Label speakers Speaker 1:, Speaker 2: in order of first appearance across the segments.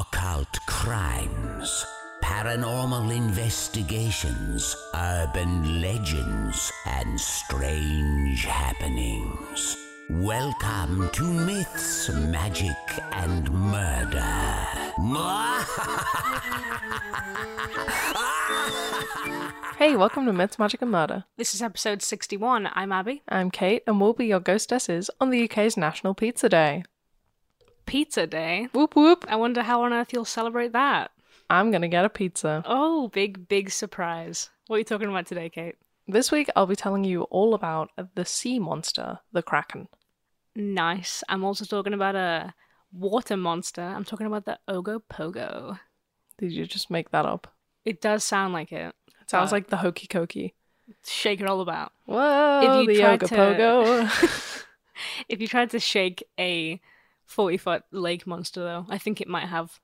Speaker 1: occult crimes, paranormal investigations, urban legends, and strange happenings. Welcome to Myths, Magic, and Murder.
Speaker 2: Hey, welcome to Myths, Magic, and Murder.
Speaker 3: This is episode 61. I'm Abby.
Speaker 2: I'm Kate, and we'll be your ghostesses on the UK's National Pizza Day.
Speaker 3: Pizza Day.
Speaker 2: Whoop whoop!
Speaker 3: I wonder how on earth you'll celebrate that.
Speaker 2: I'm gonna get a pizza.
Speaker 3: Oh, big, big surprise. What are you talking about today, Kate?
Speaker 2: This week, I'll be telling you all about the sea monster, the Kraken.
Speaker 3: Nice. I'm also talking about a water monster. I'm talking about the Ogopogo.
Speaker 2: Did you just make that up?
Speaker 3: It does sound like it.
Speaker 2: It sounds
Speaker 3: But-
Speaker 2: like the Hokey Cokey.
Speaker 3: Shake it all about.
Speaker 2: Whoa,
Speaker 3: If you
Speaker 2: the
Speaker 3: tried
Speaker 2: Yoga
Speaker 3: to-
Speaker 2: Pogo.
Speaker 3: If you tried to shake a 40 foot lake monster, though, I think it might have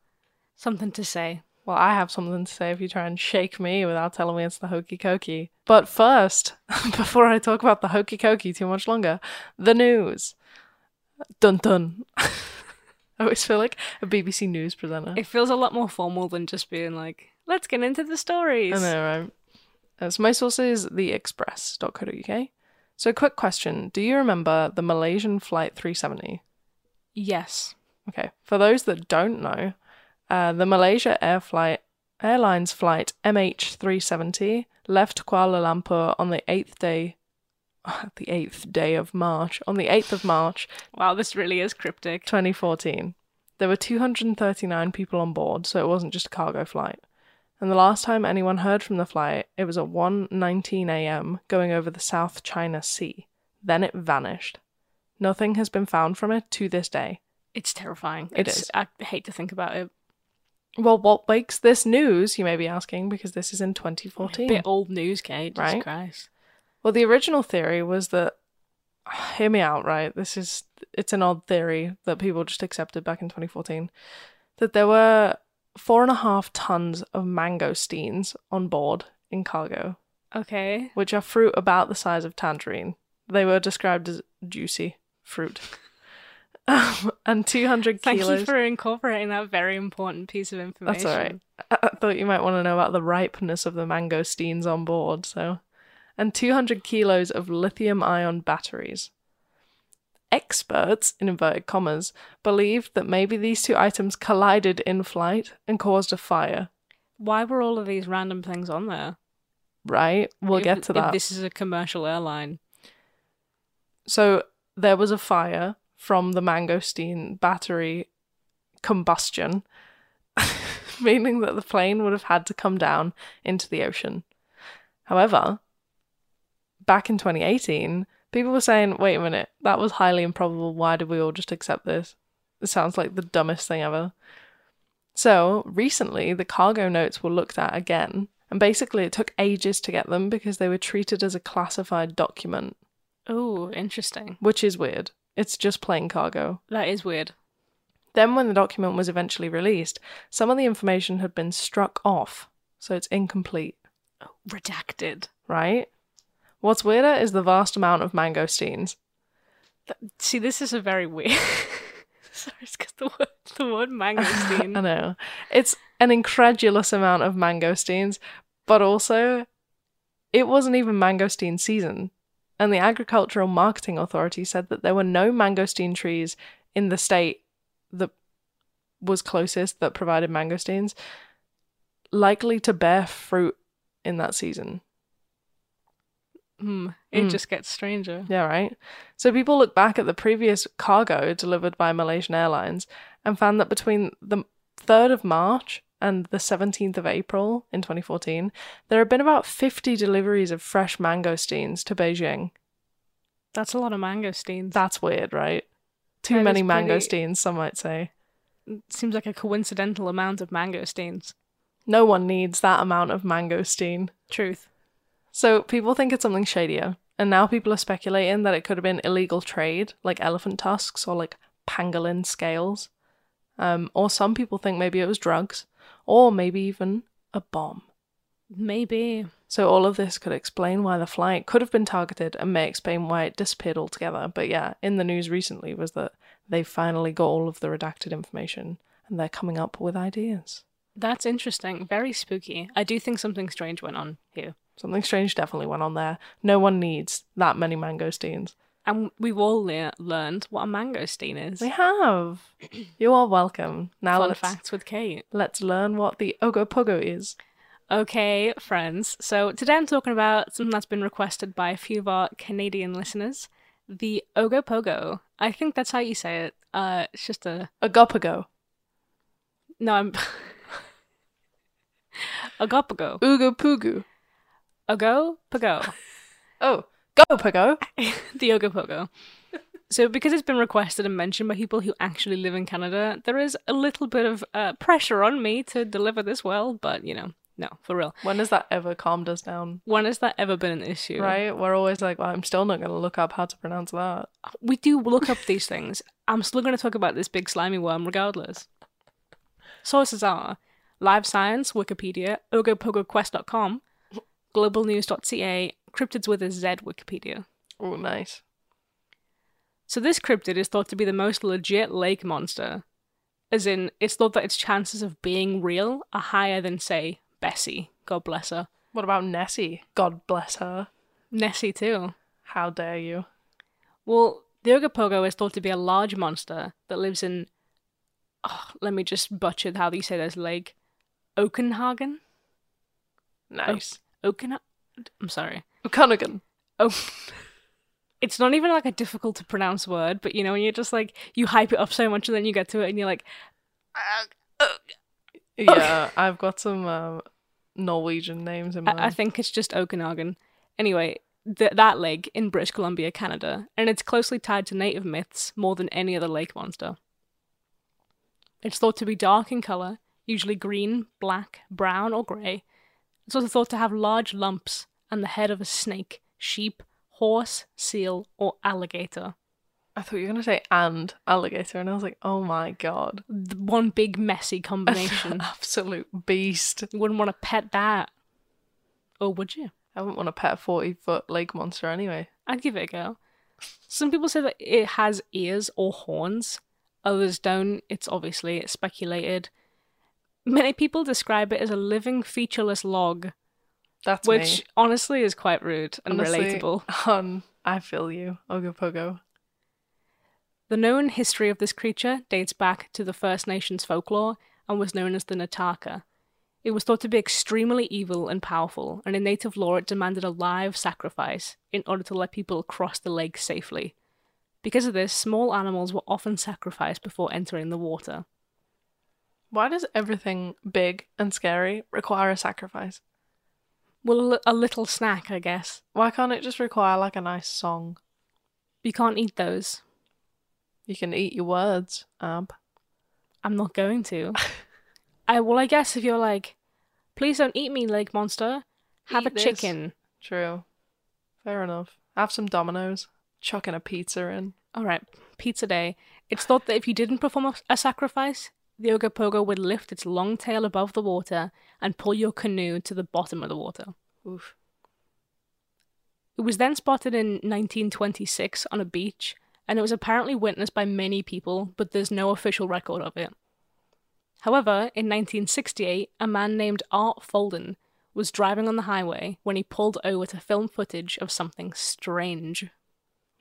Speaker 3: something to say.
Speaker 2: well, I have something to say if you try and shake me without telling me it's the Hokey Cokey. But first, before I talk about the Hokey Cokey too much longer, the news. Dun dun. I always feel like a BBC news presenter.
Speaker 3: It feels a lot more formal than just being like, let's get into the stories.
Speaker 2: I know, right? Uh, so my source is theexpress.co.uk. So, quick question: Do you remember the Malaysian Flight 370?
Speaker 3: Yes.
Speaker 2: Okay, for those that don't know, uh, the Malaysia Air Flight Airlines flight MH370 left Kuala Lumpur on the eighth day, the eighth day of March, on the eighth of March,
Speaker 3: Wow, this really is cryptic.
Speaker 2: 2014. There were 239 people on board, so it wasn't just a cargo flight. And the last time anyone heard from the flight, it was at 1:19 a.m. going over the South China Sea. Then it vanished. Nothing has been found from it to this day.
Speaker 3: It's terrifying.
Speaker 2: It
Speaker 3: It's-
Speaker 2: is.
Speaker 3: I hate to think about it.
Speaker 2: Well, what makes this news, you may be asking, because this is in 2014.
Speaker 3: Bit old news, Kate. Jesus
Speaker 2: Right?
Speaker 3: Christ.
Speaker 2: Well, the original theory was that hear me out, right? This is it's an odd theory that people just accepted back in 2014 that there were four and a half tons of mangosteens on board in cargo,
Speaker 3: Okay.
Speaker 2: which are fruit about the size of tangerine. They were described as juicy fruit. Um, and 200
Speaker 3: Thank
Speaker 2: kilos.
Speaker 3: you for incorporating that very important piece of information.
Speaker 2: That's all right. I-, I thought you might want to know about the ripeness of the mangosteens on board, so. And 200 kilos of lithium ion batteries. Experts, in inverted commas, believed that maybe these two items collided in flight and caused a fire.
Speaker 3: Why were all of these random things on there?
Speaker 2: Right? We'll
Speaker 3: If-
Speaker 2: get to that.
Speaker 3: If this is a commercial airline.
Speaker 2: So there was a fire from the mangosteen battery combustion, meaning that the plane would have had to come down into the ocean. However, back in 2018, people were saying, wait a minute, that was highly improbable. Why did we all just accept this? It sounds like the dumbest thing ever. So recently, the cargo notes were looked at again, and basically, it took ages to get them because they were treated as a classified document
Speaker 3: Oh, interesting.
Speaker 2: which is weird. It's just plain cargo.
Speaker 3: That is weird.
Speaker 2: Then, when the document was eventually released, some of the information had been struck off, so it's incomplete,
Speaker 3: Redacted.
Speaker 2: right? What's weirder is the vast amount of mangosteens.
Speaker 3: Th- See, this is a very weird. Sorry, it's because the word, the word mangosteen.
Speaker 2: I know. It's an incredulous amount of mangosteens, but also, it wasn't even mangosteen season. And the Agricultural Marketing Authority said that there were no mangosteen trees in the state that was closest that provided mangosteens, likely to bear fruit in that season.
Speaker 3: Hmm. It
Speaker 2: Mm.
Speaker 3: just gets stranger.
Speaker 2: Yeah, right. So people look back at the previous cargo delivered by Malaysian Airlines and found that between the 3rd of March and the 17th of April in 2014, there had been about 50 deliveries of fresh mangosteens to Beijing.
Speaker 3: That's a lot of mangosteens. That
Speaker 2: That's weird, right? Too
Speaker 3: That
Speaker 2: many
Speaker 3: is pretty-
Speaker 2: mangosteens, some might say.
Speaker 3: seems like a coincidental amount of mangosteens.
Speaker 2: No one needs that amount of mangosteen.
Speaker 3: Truth.
Speaker 2: So people think it's something shadier, and now people are speculating that it could have been illegal trade, like elephant tusks or like pangolin scales. Um, or some people think maybe it was drugs, or maybe even a bomb.
Speaker 3: Maybe.
Speaker 2: So all of this could explain why the flight could have been targeted and may explain why it disappeared altogether. But yeah, in the news recently was that they finally got all of the redacted information and they're coming up with ideas.
Speaker 3: That's interesting. Very spooky. I do think something strange went on here.
Speaker 2: Something strange definitely went on there. No one needs that many mangosteens.
Speaker 3: And we've all le- learned what a mangosteen is.
Speaker 2: We have. You are welcome. Now
Speaker 3: Fun
Speaker 2: let's
Speaker 3: facts with Kate.
Speaker 2: let's learn what the ogopogo is.
Speaker 3: Okay, friends. So today I'm talking about something that's been requested by a few of our Canadian listeners, the Ogopogo. I think that's how you say it. Uh, it's just a
Speaker 2: Ogopogo.
Speaker 3: no. I'm Ogopogo.
Speaker 2: Oogopogo.
Speaker 3: Ogopogo.
Speaker 2: Oh, gopogo.
Speaker 3: the Ogopogo. So, because it's been requested and mentioned by people who actually live in Canada, there is a little bit of uh, pressure on me to deliver this well, but you know, no, for real.
Speaker 2: When has that ever calmed us down?
Speaker 3: When has that ever been an issue?
Speaker 2: Right? We're always like, well, I'm still not going to look up how to pronounce that.
Speaker 3: We do look up these things. I'm still going to talk about this big slimy worm regardless. Sources are Live Science, Wikipedia, ogopogoquest.com, globalnews.ca, cryptids with a Z Wikipedia.
Speaker 2: Oh, nice.
Speaker 3: So this cryptid is thought to be the most legit lake monster, as in it's thought that its chances of being real are higher than, say, Bessie. God bless her.
Speaker 2: What about Nessie? God bless her.
Speaker 3: Nessie too.
Speaker 2: How dare you?
Speaker 3: Well, the Ogopogo is thought to be a large monster that lives in. Oh, let me just butcher how you say this lake. Oakenhagen.
Speaker 2: Nice.
Speaker 3: Oaken. I'm sorry.
Speaker 2: O'Connigan.
Speaker 3: Oh. It's not even like a difficult to pronounce word, but you know when you're just like you hype it up so much and then you get to it and you're like,
Speaker 2: Yeah, I've got some um, Norwegian names in mind.
Speaker 3: I, I think it's just Okanagan. Anyway, th- that lake in British Columbia, Canada, and it's closely tied to native myths more than any other lake monster. It's thought to be dark in color, usually green, black, brown, or gray. It's also thought to have large lumps and the head of a snake, sheep, horse, seal, or alligator.
Speaker 2: I thought you were going to say and alligator, and I was like, oh my god.
Speaker 3: Th- One big messy combination.
Speaker 2: Absolute beast.
Speaker 3: you wouldn't want to pet that. Or would you?
Speaker 2: I wouldn't want to pet a 40 foot lake monster anyway.
Speaker 3: I'd give it a go. Some people say that it has ears or horns. Others don't. It's obviously speculated. Many people describe it as a living featureless log,
Speaker 2: That's
Speaker 3: which
Speaker 2: me.
Speaker 3: honestly is quite rude and
Speaker 2: Honestly,
Speaker 3: relatable.
Speaker 2: Hun, I feel you. Ogopogo.
Speaker 3: The known history of this creature dates back to the First Nations folklore and was known as the Nataka. It was thought to be extremely evil and powerful, and in native law it demanded a live sacrifice in order to let people cross the lake safely. Because of this, small animals were often sacrificed before entering the water.
Speaker 2: Why does everything big and scary require a sacrifice?
Speaker 3: Well, a li- a little snack, I guess.
Speaker 2: Why can't it just require like a nice song?
Speaker 3: You can't eat those.
Speaker 2: You can eat your words, Ab.
Speaker 3: I'm not going to. I well, I guess if you're like, please don't eat me, lake monster. Have
Speaker 2: Eat
Speaker 3: a
Speaker 2: this."
Speaker 3: chicken.
Speaker 2: True. Fair enough. Have some Dominoes. Chucking a pizza in.
Speaker 3: All right, pizza day. It's thought that if you didn't perform a, a sacrifice, the Ogopogo would lift its long tail above the water and pull your canoe to the bottom of the water.
Speaker 2: Oof.
Speaker 3: It was then spotted in 1926 on a beach, and it was apparently witnessed by many people, but there's no official record of it. However, in 1968, a man named Art Folden was driving on the highway when he pulled over to film footage of something strange.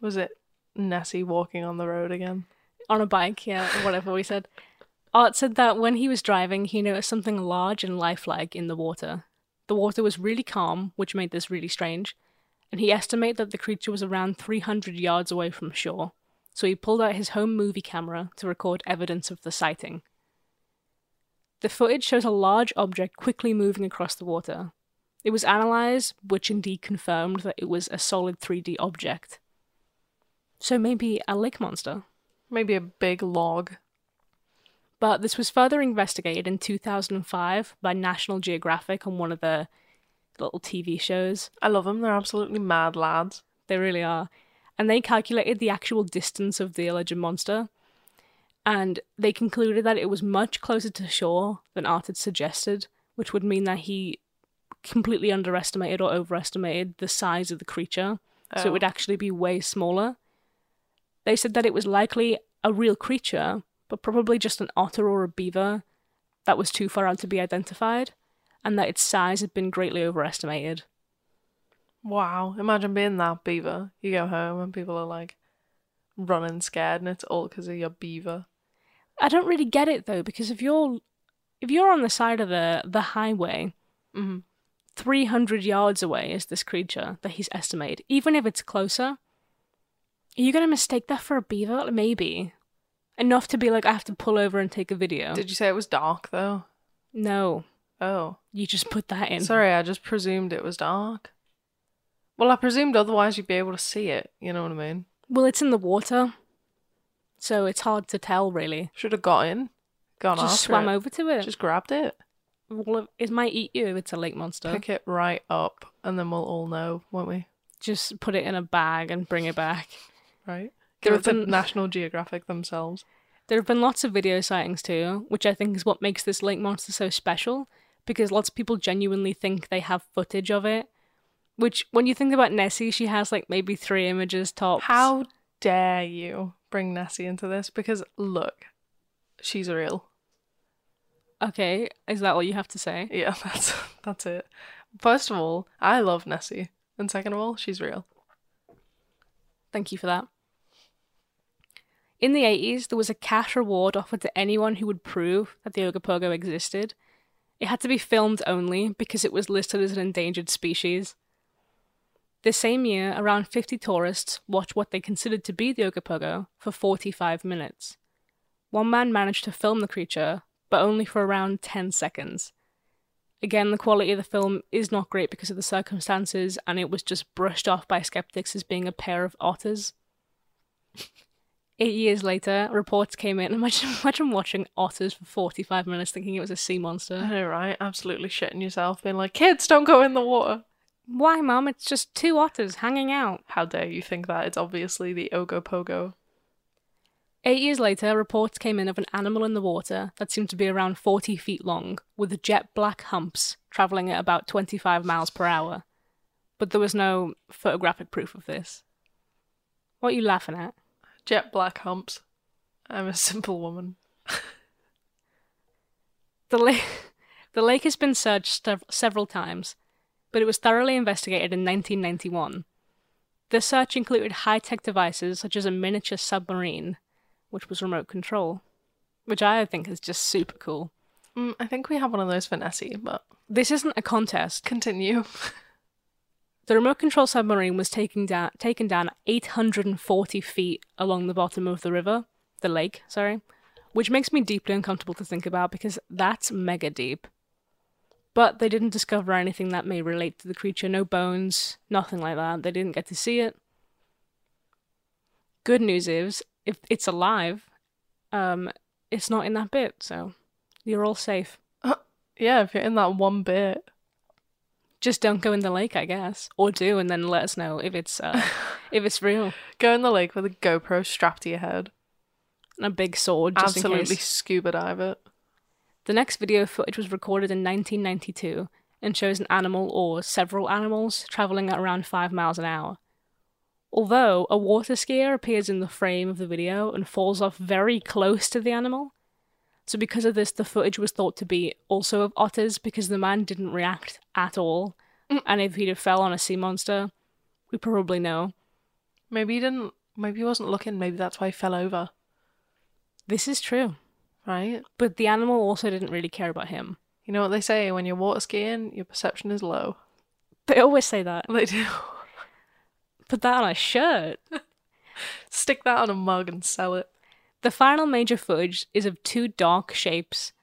Speaker 2: Was it Nessie walking on the road again?
Speaker 3: on a bike, yeah, or whatever we said. Art said that when he was driving, he noticed something large and lifelike in the water. The water was really calm, which made this really strange, and he estimated that the creature was around 300 yards away from shore. So he pulled out his home movie camera to record evidence of the sighting. The footage shows a large object quickly moving across the water. It was analysed, which indeed confirmed that it was a solid 3D object. So maybe a lake monster?
Speaker 2: Maybe a big log.
Speaker 3: But this was further investigated in 2005 by National Geographic on one of the little TV shows.
Speaker 2: I love them. They're absolutely mad lads.
Speaker 3: They really are. And they calculated the actual distance of the alleged monster. And they concluded that it was much closer to shore than Art had suggested, which would mean that he completely underestimated or overestimated the size of the creature so it would
Speaker 2: Oh.
Speaker 3: actually be way smaller. They said that it was likely a real creature, but probably just an otter or a beaver that was too far out to be identified, and that its size had been greatly overestimated.
Speaker 2: Wow. Imagine being that beaver. You go home and people are like running scared and it's all because of your beaver.
Speaker 3: I don't really get it though, because if you're if you're on the side of the the highway,
Speaker 2: Mhm.
Speaker 3: 300 yards away is this creature that he's estimated. Even if it's closer, are you going to mistake that for a beaver? Like, Maybe. Enough to be like, I have to pull over and take a video.
Speaker 2: Did you say it was dark though?
Speaker 3: no,
Speaker 2: Oh.
Speaker 3: you just put that in.
Speaker 2: Sorry, I just presumed it was dark. Well, I presumed otherwise you'd be able to see it. You know what I mean?
Speaker 3: Well, it's in the water, so it's hard to tell really.
Speaker 2: Should have got in, gone
Speaker 3: Just
Speaker 2: after
Speaker 3: swam
Speaker 2: it,
Speaker 3: over to it. Just
Speaker 2: just grabbed it,
Speaker 3: well, it- it might eat you if it's a lake monster.
Speaker 2: pick it right up, and then we'll all know, won't we?
Speaker 3: Just put it in a bag and bring it back.
Speaker 2: Right?
Speaker 3: There
Speaker 2: Give it to
Speaker 3: have been-
Speaker 2: National Geographic themselves.
Speaker 3: There have been lots of video sightings too, which I think is what makes this lake monster so special, because lots of people genuinely think they have footage of it. Which, when you think about Nessie, she has like maybe three images tops.
Speaker 2: How dare you bring Nessie into this? Because look, she's real.
Speaker 3: Okay, is that all you have to say?
Speaker 2: Yeah, that's that's it. First of all, I love Nessie, and second of all, she's real.
Speaker 3: Thank you for that. In the 80s, there was a cash reward offered to anyone who would prove that the Ogopogo existed. It had to be filmed only because it was listed as an endangered species. The same year, around 50 tourists watched what they considered to be the Ogopogo for 45 minutes. One man managed to film the creature, but only for around 10 seconds. Again, the quality of the film is not great because of the circumstances, and it was just brushed off by skeptics as being a pair of otters. Eight years later, reports came in. Imagine, imagine watching otters for 45 minutes thinking it was a sea monster.
Speaker 2: I know, right? Absolutely shitting yourself, being like, kids, don't go in the water.
Speaker 3: Why, Mum? It's just two otters hanging out.
Speaker 2: How dare you think that? It's obviously the Ogopogo.
Speaker 3: Eight years later, reports came in of an animal in the water that seemed to be around 40 feet long, with jet black humps, travelling at about 25 miles per hour. But there was no photographic proof of this. What are you laughing at?
Speaker 2: Jet black humps. I'm a simple woman.
Speaker 3: The lake, the lake has been searched sev- several times, but it was thoroughly investigated in 1991. The search included high tech devices such as a miniature submarine, which was remote control, which I think is just super cool.
Speaker 2: Mm, I think we have one of those for Nessie, but
Speaker 3: This isn't a contest.
Speaker 2: continue.
Speaker 3: The remote control submarine was taken down, taken down 840 feet along the bottom of the river, the lake, sorry, which makes me deeply uncomfortable to think about because that's mega deep. But they didn't discover anything that may relate to the creature no bones, nothing like that. They didn't get to see it. Good news is, if it's alive, um, it's not in that bit, so you're all safe.
Speaker 2: yeah, if you're in that one bit.
Speaker 3: Just don't go in the lake, I guess, or do, and then let us know if it's uh, if it's real.
Speaker 2: Go in the lake with a GoPro strapped to your head.
Speaker 3: and a big sword just in
Speaker 2: Absolutely
Speaker 3: case.
Speaker 2: scuba dive it.
Speaker 3: The next video footage was recorded in 1992 and shows an animal or several animals traveling at around 5 miles an hour. Although a water skier appears in the frame of the video and falls off very close to the animal. So because of this the footage was thought to be also of otters because the man didn't react at all and if he'd have fell on a sea monster we probably know.
Speaker 2: Maybe he didn't. Maybe he wasn't looking. Maybe that's why he fell over.
Speaker 3: This is true.
Speaker 2: Right?
Speaker 3: But the animal also didn't really care about him.
Speaker 2: You know what they say when you're water skiing, your perception is low.
Speaker 3: They always say that.
Speaker 2: They do.
Speaker 3: Put that on a shirt.
Speaker 2: Stick that on a mug and sell it.
Speaker 3: The final major footage is of two dark shapes,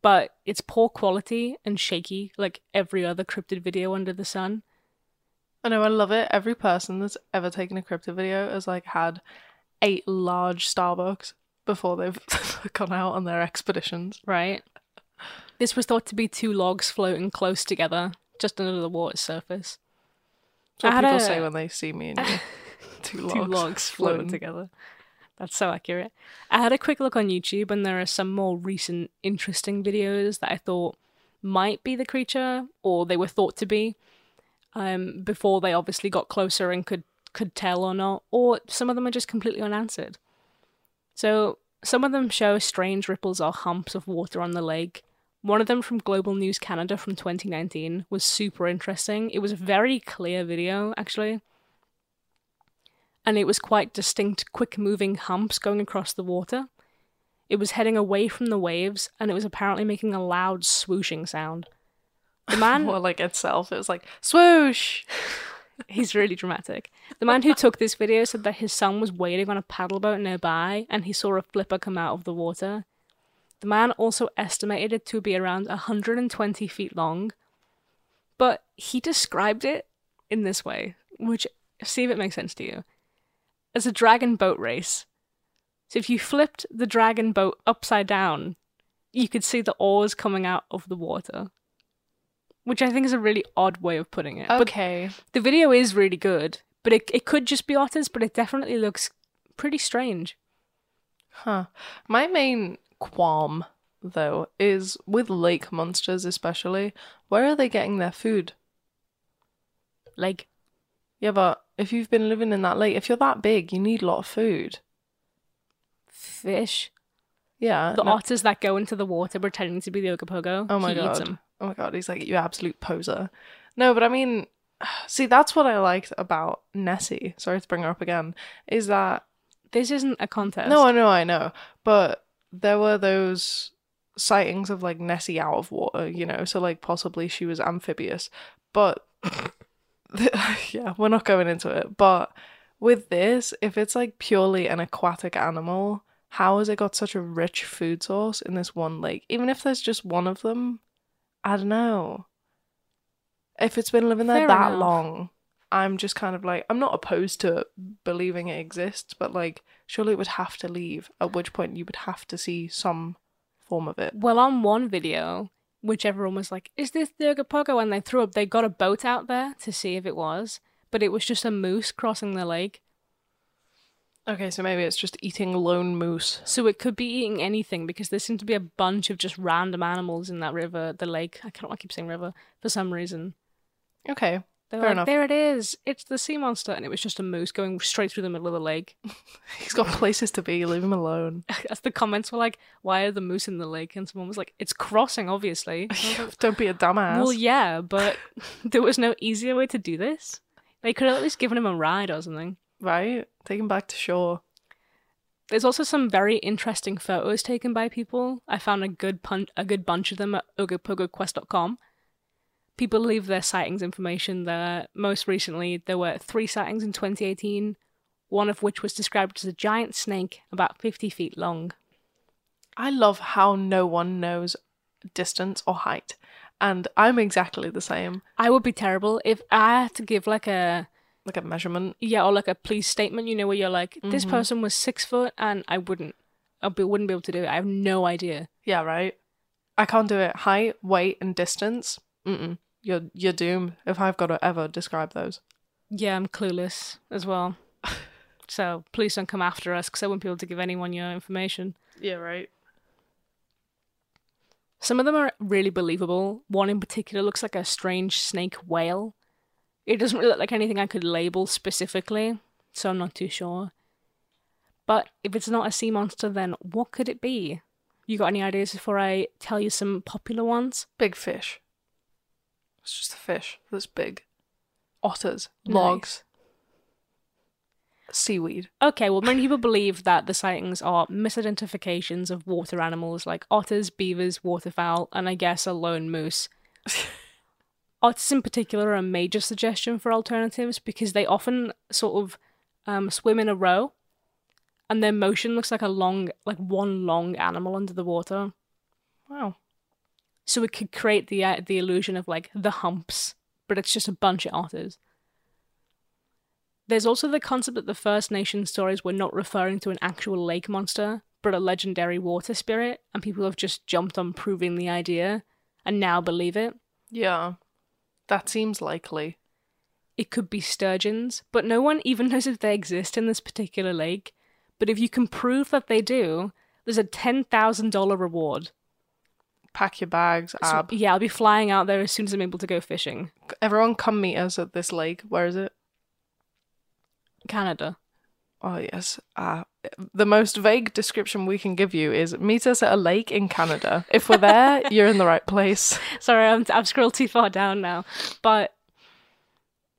Speaker 3: but it's poor quality and shaky, like every other cryptid video under the sun.
Speaker 2: I know, I love it. Every person that's ever taken a crypto video has like had eight large Starbucks before they've gone out on their expeditions.
Speaker 3: Right. This was thought to be two logs floating close together, just under the water's surface.
Speaker 2: That's what
Speaker 3: I
Speaker 2: people
Speaker 3: had a-
Speaker 2: say when they see me and you. Two logs,
Speaker 3: Two logs floating together. That's so accurate. I had a quick look on YouTube, and there are some more recent interesting videos that I thought might be the creature, or they were thought to be, um, before they obviously got closer and could could tell or not, or some of them are just completely unanswered. So Some of them show strange ripples or humps of water on the lake. One of them from Global News Canada from 2019 was super interesting. It was a very clear video, actually. And it was quite distinct, quick moving humps going across the water. It was heading away from the waves and it was apparently making a loud swooshing sound. The man
Speaker 2: Or like itself. It was like swoosh.
Speaker 3: He's really dramatic. The man who took this video said that his son was waiting on a paddle boat nearby and he saw a flipper come out of the water. The man also estimated it to be around 120 feet long, but he described it in this way, which, see if it makes sense to you, as a dragon boat race. So if you flipped the dragon boat upside down, you could see the oars coming out of the water. Which I think is a really odd way of putting it. But
Speaker 2: Okay.
Speaker 3: the video is really good, but it, it could just be otters, but it definitely looks pretty strange.
Speaker 2: Huh. My main qualm though is with lake monsters especially, where are they getting their food?
Speaker 3: Like,
Speaker 2: Yeah, but if you've been living in that lake, if you're that big, you need a lot of food.
Speaker 3: fish.
Speaker 2: Yeah.
Speaker 3: The
Speaker 2: Uh, no-
Speaker 3: otters that go into the water pretending to be the Okapogo.
Speaker 2: Oh my
Speaker 3: he
Speaker 2: god.
Speaker 3: Eats them.
Speaker 2: Oh my god, he's like you absolute poser. No, but I mean see that's what I liked about Nessie. Sorry to bring her up again. Is that
Speaker 3: This isn't a contest.
Speaker 2: No, I know, I know. But there were those sightings of like Nessie out of water, you know, so like possibly she was amphibious. But yeah, we're not going into it. But with this, if it's like purely an aquatic animal, how has it got such a rich food source in this one lake? Even if there's just one of them, I don't know. If it's been living there
Speaker 3: Fair
Speaker 2: that
Speaker 3: enough.
Speaker 2: long, I'm just kind of like I'm not opposed to believing it exists, but like surely it would have to leave. At which point you would have to see some form of it.
Speaker 3: Well, on one video, which everyone was like, is this the Okapogo? And they threw up, they got a boat out there to see if it was, but it was just a moose crossing the lake.
Speaker 2: Okay, so maybe it's just eating lone moose.
Speaker 3: So it could be eating anything because there seemed to be a bunch of just random animals in that river, the lake. I can't I keep saying river for some reason.
Speaker 2: Okay,
Speaker 3: They were
Speaker 2: Fair
Speaker 3: like,
Speaker 2: enough.
Speaker 3: there it is. It's the sea monster. And it was just a moose going straight through the middle of the lake.
Speaker 2: he's got places to be. Leave him alone.
Speaker 3: As the comments were like, why are the moose in the lake? And someone was like, it's crossing, obviously. And I was like,
Speaker 2: Don't be a dumbass.
Speaker 3: well, yeah, but there was no easier way to do this. They could have at least given him a ride or something.
Speaker 2: Right, take him back to shore.
Speaker 3: There's also some very interesting photos taken by people. I found a good pun- a good bunch of them at ogopogoquest.com. People leave their sightings information there. Most recently, there were three sightings in 2018, one of which was described as a giant snake about 50 feet long.
Speaker 2: I love how no one knows distance or height, and I'm exactly the same.
Speaker 3: I would be terrible if I had to give like a
Speaker 2: Like a measurement.
Speaker 3: yeah or like a police statement. You know where you're like this person was six foot, and I wouldn't, I be- wouldn't be able to do it. I have no idea.
Speaker 2: Yeah, right. I can't do it. Height, weight, and distance. Mm-mm. You're you're doomed if I've got to ever describe those.
Speaker 3: Yeah, I'm clueless as well. so please don't come after us because I wouldn't be able to give anyone your information.
Speaker 2: Yeah, right.
Speaker 3: Some of them are really believable. One in particular looks like a strange snake whale. It doesn't really look like anything I could label specifically, so I'm not too sure. But if it's not a sea monster, then what could it be? You got any ideas before I tell you some popular ones?
Speaker 2: Big fish. It's just a fish that's big. Otters,
Speaker 3: Nice.
Speaker 2: logs, seaweed.
Speaker 3: Okay, well, many people believe that the sightings are misidentifications of water animals like otters, beavers, waterfowl, and I guess a lone moose. otters, in particular, are a major suggestion for alternatives because they often sort of um, swim in a row, and their motion looks like a long, like one long animal under the water.
Speaker 2: Wow.
Speaker 3: So it could create the uh, the illusion of like the humps, but it's just a bunch of otters. There's also the concept that the First Nation stories were not referring to an actual lake monster, but a legendary water spirit, and people have just jumped on proving the idea and now believe it.
Speaker 2: Yeah. That seems likely.
Speaker 3: It could be sturgeons, but no one even knows if they exist in this particular lake. But if you can prove that they do, there's a $10,000 reward.
Speaker 2: Pack your bags,
Speaker 3: So,
Speaker 2: ab.
Speaker 3: yeah, I'll be flying out there as soon as I'm able to go fishing.
Speaker 2: Everyone come meet us at this lake. Where is it?
Speaker 3: Canada.
Speaker 2: Oh yes. Uh the most vague description we can give you is meet us at a lake in Canada. If we're there, you're in the right place.
Speaker 3: Sorry, I'm, I've scrolled too far down now. But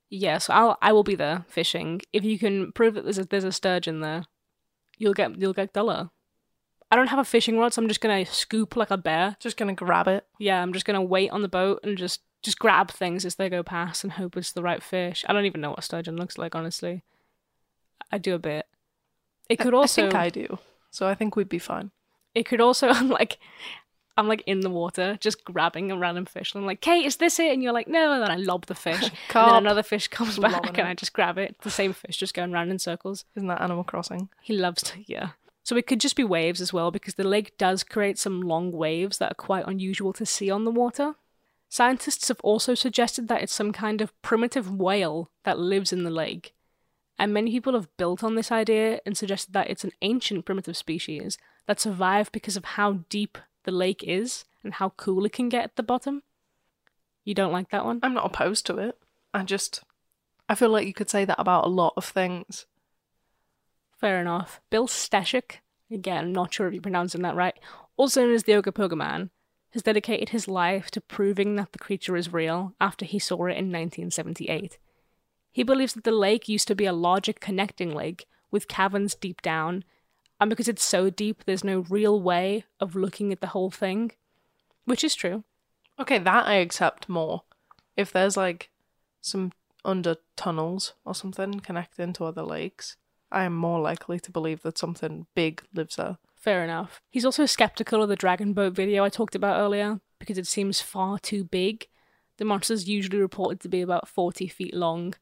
Speaker 3: yeah, so I'll I will be there fishing. If you can prove that there's a, there's a sturgeon there, you'll get you'll get dollar. I don't have a fishing rod, so I'm just gonna scoop like a bear.
Speaker 2: Just gonna grab it.
Speaker 3: Yeah, I'm just gonna wait on the boat and just just grab things as they go past and hope it's the right fish. I don't even know what sturgeon looks like, honestly. I do a bit. It could also
Speaker 2: I think I do. So I think we'd be fine.
Speaker 3: it could also I'm like I'm like in the water, just grabbing a random fish, and I'm like, "Kate, is this it?" And you're like, "No." And then I lob the fish, and
Speaker 2: Carp.
Speaker 3: then another fish comes back,
Speaker 2: Lobbing
Speaker 3: and
Speaker 2: it.
Speaker 3: I just grab it. The same fish, just going round in circles.
Speaker 2: Isn't that Animal Crossing?
Speaker 3: He loves to, yeah. So it could just be waves as well, because the lake does create some long waves that are quite unusual to see on the water. Scientists have also suggested that it's some kind of primitive whale that lives in the lake. And many people have built on this idea and suggested that it's an ancient primitive species that survived because of how deep the lake is and how cool it can get at the bottom. You don't like that one?
Speaker 2: I'm not opposed to it. I just I feel like you could say that about a lot of things.
Speaker 3: Fair enough. Bill Stashik, again, not sure if you're pronouncing that right, also known as the Ogopogo Man, has dedicated his life to proving that the creature is real after he saw it in 1978. He believes that the lake used to be a larger connecting lake with caverns deep down, and because it's so deep, there's no real way of looking at the whole thing, which is true.
Speaker 2: Okay, that I accept more. If there's like some under tunnels or something connecting to other lakes, I am more likely to believe that something big lives there.
Speaker 3: Fair enough. He's also skeptical of the dragon boat video I talked about earlier because it seems far too big. The monster's usually reported to be about 40 feet long.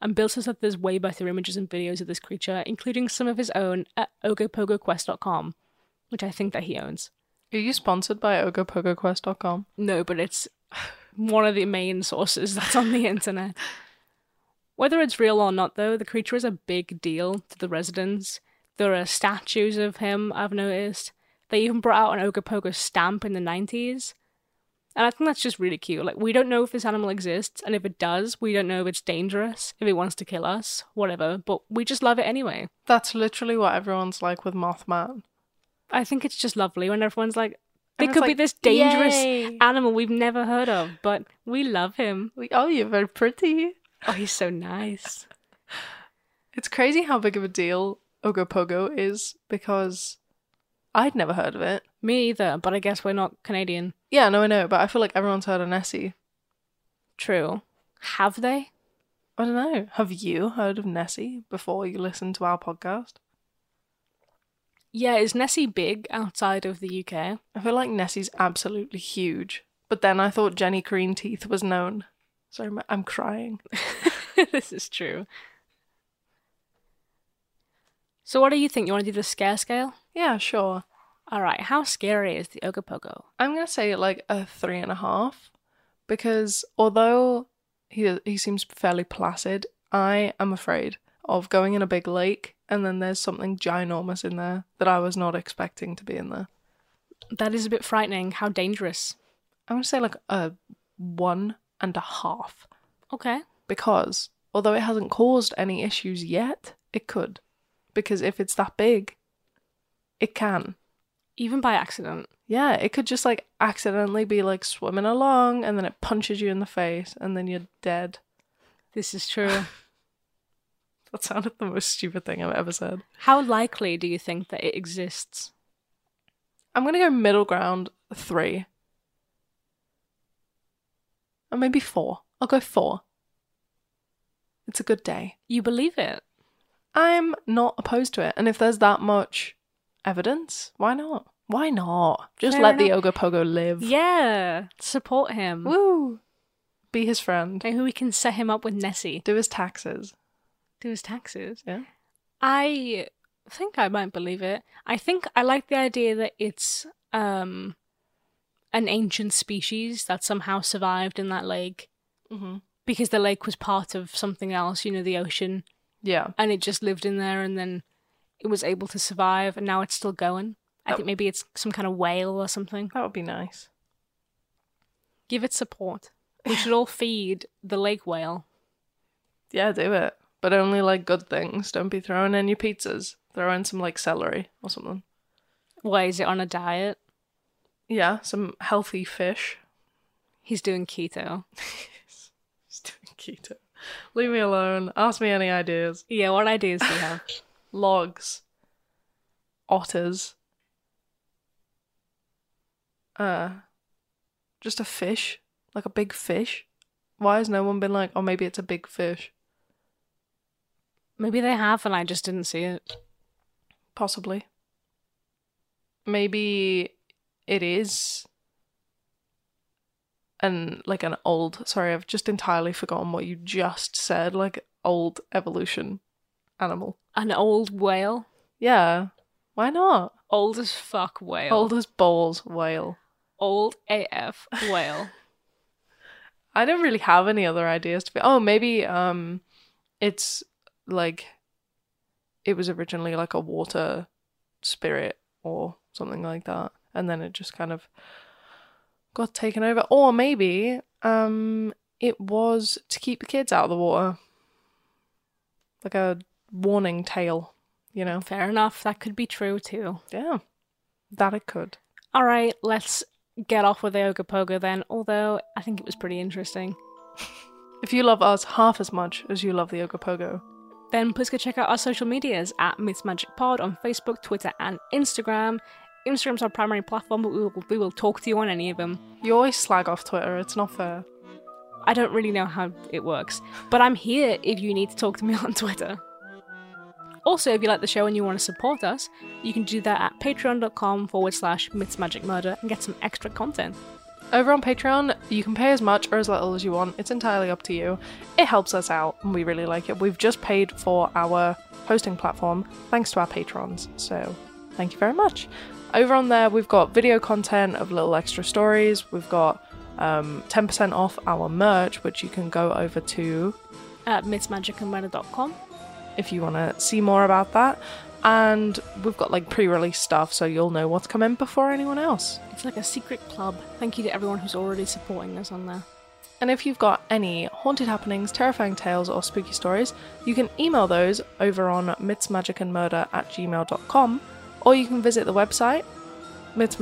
Speaker 3: And Bill says that there's way better images and videos of this creature, including some of his own at ogopogoquest.com, which I think that he owns.
Speaker 2: Are you sponsored by ogopogoquest.com?
Speaker 3: No, but it's one of the main sources that's on the internet. Whether it's real or not, though, the creature is a big deal to the residents. There are statues of him, I've noticed. They even brought out an Ogopogo stamp in the 90s. And I think that's just really cute. Like, we don't know if this animal exists, and if it does, we don't know if it's dangerous, if it wants to kill us, whatever, but we just love it anyway.
Speaker 2: That's literally what everyone's like with Mothman.
Speaker 3: I think it's just lovely when everyone's like, there
Speaker 2: Everyone's
Speaker 3: could be
Speaker 2: like,
Speaker 3: this dangerous
Speaker 2: "Yay."
Speaker 3: animal we've never heard of, but we love him.
Speaker 2: Like, oh, you're very pretty.
Speaker 3: Oh, he's so nice.
Speaker 2: It's crazy how big of a deal Ogopogo is because I'd never heard of it.
Speaker 3: Me either, but I guess we're not Canadian.
Speaker 2: Yeah, no, I know, but I feel like everyone's heard of Nessie.
Speaker 3: True. Have they?
Speaker 2: I don't know. Have you heard of Nessie before you listened to our podcast?
Speaker 3: Yeah, is Nessie big outside of the UK?
Speaker 2: I feel like Nessie's absolutely huge. But then I thought Jenny Green Teeth was known. Sorry, my- I'm crying.
Speaker 3: this is true. So, what do you think? You want to do the scare scale?
Speaker 2: Yeah, sure.
Speaker 3: All right, how scary is the Ogopogo?
Speaker 2: I'm gonna say like a three and a half, because although he he seems fairly placid, I am afraid of going in a big lake and then there's something ginormous in there that I was not expecting to be in there.
Speaker 3: That is a bit frightening. How dangerous?
Speaker 2: I'm gonna say like a one and a half,
Speaker 3: Okay.
Speaker 2: because although it hasn't caused any issues yet, it could, because if it's that big, it can.
Speaker 3: Even by accident.
Speaker 2: Yeah, it could just like accidentally be like swimming along and then it punches you in the face and then you're dead.
Speaker 3: This is true.
Speaker 2: That sounded the most stupid thing I've ever said.
Speaker 3: how likely do you think that it exists?
Speaker 2: I'm gonna go middle ground three. Or maybe four. I'll go four. It's a good day.
Speaker 3: You believe it?
Speaker 2: I'm not opposed to it. And if there's that much evidence, why not? Why not? Just
Speaker 3: Fair
Speaker 2: let
Speaker 3: enough.
Speaker 2: the Ogopogo live.
Speaker 3: Yeah. Support him.
Speaker 2: Woo! Be his friend.
Speaker 3: Maybe we can set him up with Nessie.
Speaker 2: Do his taxes.
Speaker 3: Do his taxes.
Speaker 2: Yeah.
Speaker 3: I think I might believe it. I think I like the idea that it's um an ancient species that somehow survived in that lake
Speaker 2: Mm-hmm.
Speaker 3: because the lake was part of something else, you know, the ocean,
Speaker 2: Yeah.
Speaker 3: and it just lived in there and then it was able to survive and now it's still going. I
Speaker 2: Oh.
Speaker 3: think maybe it's some kind of whale or something.
Speaker 2: That would be nice.
Speaker 3: Give it support. We should all feed the lake whale.
Speaker 2: Yeah, do it. But only like good things. Don't be throwing in your pizzas. Throw in some like celery or something.
Speaker 3: Why is it on a diet?
Speaker 2: Yeah, some healthy fish.
Speaker 3: He's doing keto.
Speaker 2: Just doing keto. Leave me alone. Ask me any ideas.
Speaker 3: Yeah, what ideas do you have?
Speaker 2: Logs. Otters. Uh just a fish. Like a big fish. Why has no one been like, oh maybe it's a big fish?
Speaker 3: Maybe they have and I just didn't see it.
Speaker 2: Possibly. Maybe it is and like an old sorry i've just entirely forgotten what you just said like old evolution animal
Speaker 3: An old whale?
Speaker 2: yeah why not
Speaker 3: Old as fuck whale.
Speaker 2: old as balls whale
Speaker 3: Old AF whale.
Speaker 2: i don't really have any other ideas to be oh maybe um it's like it was originally like a water spirit or something like that and then it just kind of got taken over or maybe um it was to keep the kids out of the water like a warning tale you know
Speaker 3: Fair enough. That could be true too.
Speaker 2: yeah that it could
Speaker 3: All right, let's get off with the Ogopogo then, although I think it was pretty interesting.
Speaker 2: if you love us half as much as you love the ogopogo
Speaker 3: Then please go check out our social medias at Myths Magic Pod on Facebook, Twitter, and Instagram. Instagram's our primary platform, but we will, we will talk to you on any of them.
Speaker 2: you always slag off twitter it's not fair
Speaker 3: I don't really know how it works, but I'm here if you need to talk to me on Twitter. Also, if you like the show and you want to support us, you can do that at patreon.com forward slash myths magic murder and get some extra content.
Speaker 2: Over on Patreon, you can pay as much or as little as you want. It's entirely up to you. It helps us out, and we really like it. We've just paid for our hosting platform thanks to our patrons, so thank you very much. Over on there, we've got video content of little extra stories. We've got um, 10% off our merch, which you can go over to
Speaker 3: at mythsmagicandmurder.com.
Speaker 2: if you want to see more about that. And we've got like pre release stuff, so you'll know what's coming before anyone else.
Speaker 3: It's like a secret club. Thank you to everyone who's already supporting us on there.
Speaker 2: And if you've got any haunted happenings, terrifying tales, or spooky stories, you can email those over on mythsmagicandmurder at gmail.com, or you can visit the website,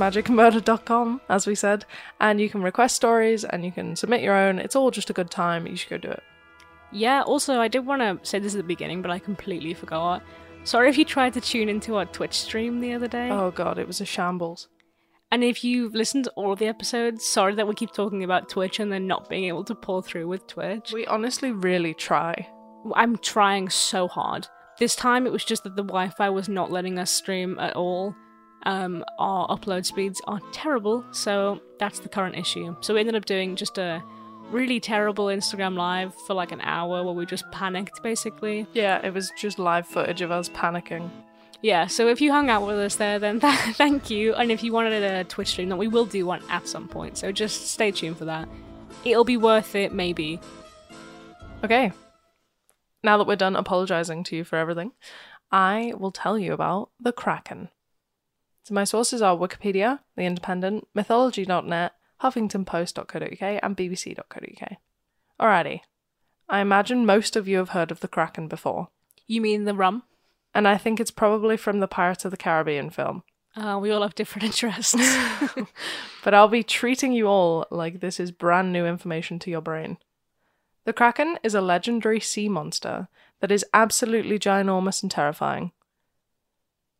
Speaker 2: mythsmagicandmurder.com, as we said, and you can request stories and you can submit your own. It's all just a good time. You should go do it.
Speaker 3: Yeah, also, I did want to say this at the beginning, but I completely forgot. Sorry if you tried to tune into our Twitch stream the other day.
Speaker 2: Oh god, it was a shambles.
Speaker 3: And if you've listened to all the episodes, sorry that we keep talking about Twitch and then not being able to pull through with Twitch.
Speaker 2: We honestly really try.
Speaker 3: I'm trying so hard. This time it was just that the Wi Fi was not letting us stream at all. Um, our upload speeds are terrible, so that's the current issue. So we ended up doing just a really terrible Instagram live for like an hour where we just panicked basically.
Speaker 2: Yeah, it was just live footage of us panicking.
Speaker 3: Yeah, so if you hung out with us there, then th- thank you. And if you wanted a Twitch stream, then we will do one at some point, so just stay tuned for that. It'll be worth it, maybe.
Speaker 2: Okay. Now that we're done apologizing to you for everything, I will tell you about the Kraken. So my sources are Wikipedia, The Independent, Mythology.net, HuffingtonPost.co.uk, and BBC.co.uk. Alrighty. I imagine most of you have heard of the Kraken before,
Speaker 3: You mean the rum?
Speaker 2: and I think it's probably from the Pirates of the Caribbean film.
Speaker 3: Uh, we all have different interests.
Speaker 2: but I'll be treating you all like this is brand new information to your brain. The Kraken is a legendary sea monster that is absolutely ginormous and terrifying.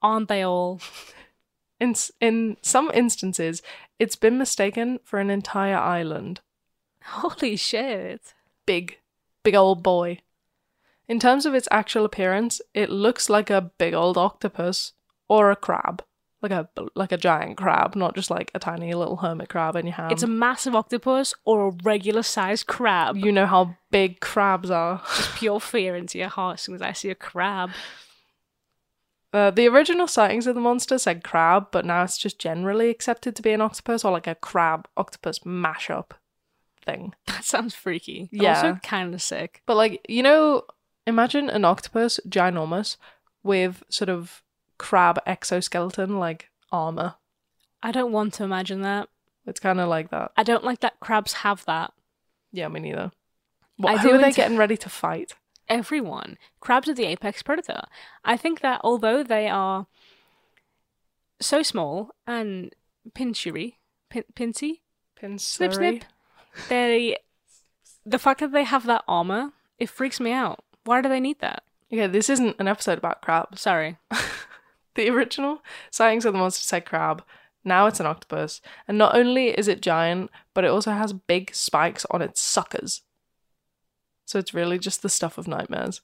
Speaker 3: Aren't they all?
Speaker 2: In, s- in some instances, it's been mistaken for an entire island.
Speaker 3: Holy shit.
Speaker 2: Big, big old boy. In terms of its actual appearance, it looks like a big old octopus or a crab, like a like a giant crab, not just like a tiny little hermit crab in your hand.
Speaker 3: it's a massive octopus or a regular sized crab.
Speaker 2: you know how big crabs are.
Speaker 3: Just pure fear into your heart as soon as I see a crab.
Speaker 2: Uh, the original sightings of the monster said crab, but now it's just generally accepted to be an octopus or like a crab octopus mashup thing.
Speaker 3: That sounds freaky.
Speaker 2: Yeah.
Speaker 3: Also kind of sick.
Speaker 2: But like, you know, imagine an octopus, ginormous, with sort of crab exoskeleton like armor.
Speaker 3: I don't want to imagine that.
Speaker 2: It's kind of like that.
Speaker 3: I don't like that crabs have that.
Speaker 2: Yeah, me neither. What,
Speaker 3: I
Speaker 2: who
Speaker 3: do
Speaker 2: are they
Speaker 3: int-
Speaker 2: getting ready to fight?
Speaker 3: everyone. Crabs are the apex predator. I think that although they are so small and pinchery, pin- pincy,
Speaker 2: Pin
Speaker 3: snip snip, they, the fact that they have that armor, it freaks me out. Why do they need that?
Speaker 2: Okay, this isn't an episode about crabs.
Speaker 3: Sorry.
Speaker 2: The original Sightings of the Monster said crab. Now it's an octopus. And not only is it giant, but it also has big spikes on its suckers. So it's really just the stuff of nightmares.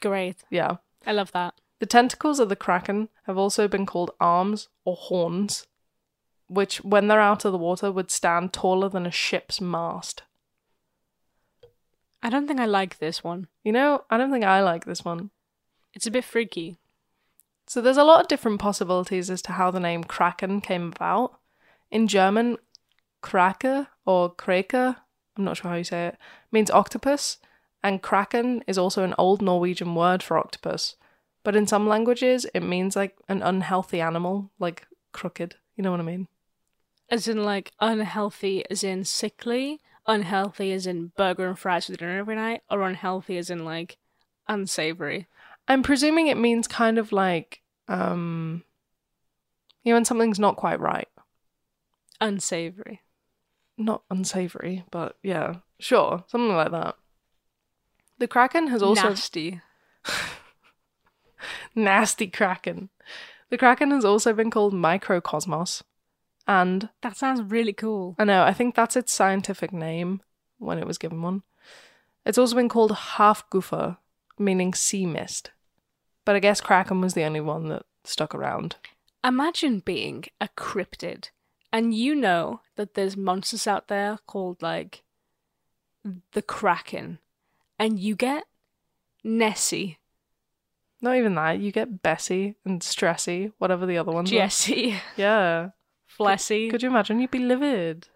Speaker 3: Great.
Speaker 2: Yeah.
Speaker 3: I love that.
Speaker 2: The tentacles of the kraken have also been called arms or horns, which, when they're out of the water, would stand taller than a ship's mast.
Speaker 3: I don't think I like this one.
Speaker 2: You know, I don't think I like this one.
Speaker 3: It's a bit freaky.
Speaker 2: So there's a lot of different possibilities as to how the name Kraken came about. In German, Krake or Krake, I'm not sure how you say it, means octopus, and Kraken is also an old Norwegian word for octopus. But in some languages, it means like an unhealthy animal, like crooked. You know what I mean?
Speaker 3: As in, like, unhealthy as in sickly, unhealthy as in burger and fries for dinner every night, or unhealthy as in, like, unsavory.
Speaker 2: I'm presuming it means kind of like, um, you know, when something's not quite right.
Speaker 3: Unsavory.
Speaker 2: not unsavory, but yeah, sure, something like that. The kraken has also
Speaker 3: Nasty.
Speaker 2: nasty kraken. The kraken has also been called microcosmos, and
Speaker 3: That sounds really cool.
Speaker 2: I know I think that's its scientific name when it was given one. It's also been called half goofer, meaning sea mist. But I guess kraken was the only one that stuck around.
Speaker 3: Imagine being a cryptid and you know that there's monsters out there called like the Kraken and you get Nessie,
Speaker 2: Not even that. You get Bessie and Stressy, whatever the other ones. were.
Speaker 3: Jessie,
Speaker 2: Yeah.
Speaker 3: Flessy.
Speaker 2: Could you imagine? You'd be livid.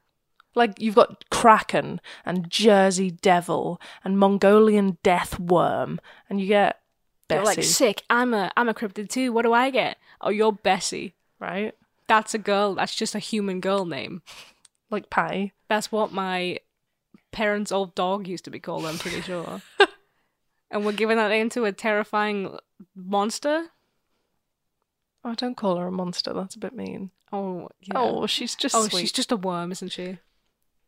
Speaker 2: Like you've got Kraken and Jersey Devil and Mongolian Death Worm, and you get
Speaker 3: You're
Speaker 2: Bessie,
Speaker 3: like sick. I'm a I'm a cryptid too. What do I get? Oh, you're Bessie.
Speaker 2: right?
Speaker 3: That's a girl. That's just a human girl name.
Speaker 2: Like Patty.
Speaker 3: That's what my parents' old dog used to be called. I'm pretty sure. and we're giving that name to a terrifying monster.
Speaker 2: Oh, don't call her a monster. That's a bit mean.
Speaker 3: Oh, yeah.
Speaker 2: Oh, she's just
Speaker 3: oh,
Speaker 2: sweet.
Speaker 3: she's just a worm, isn't she?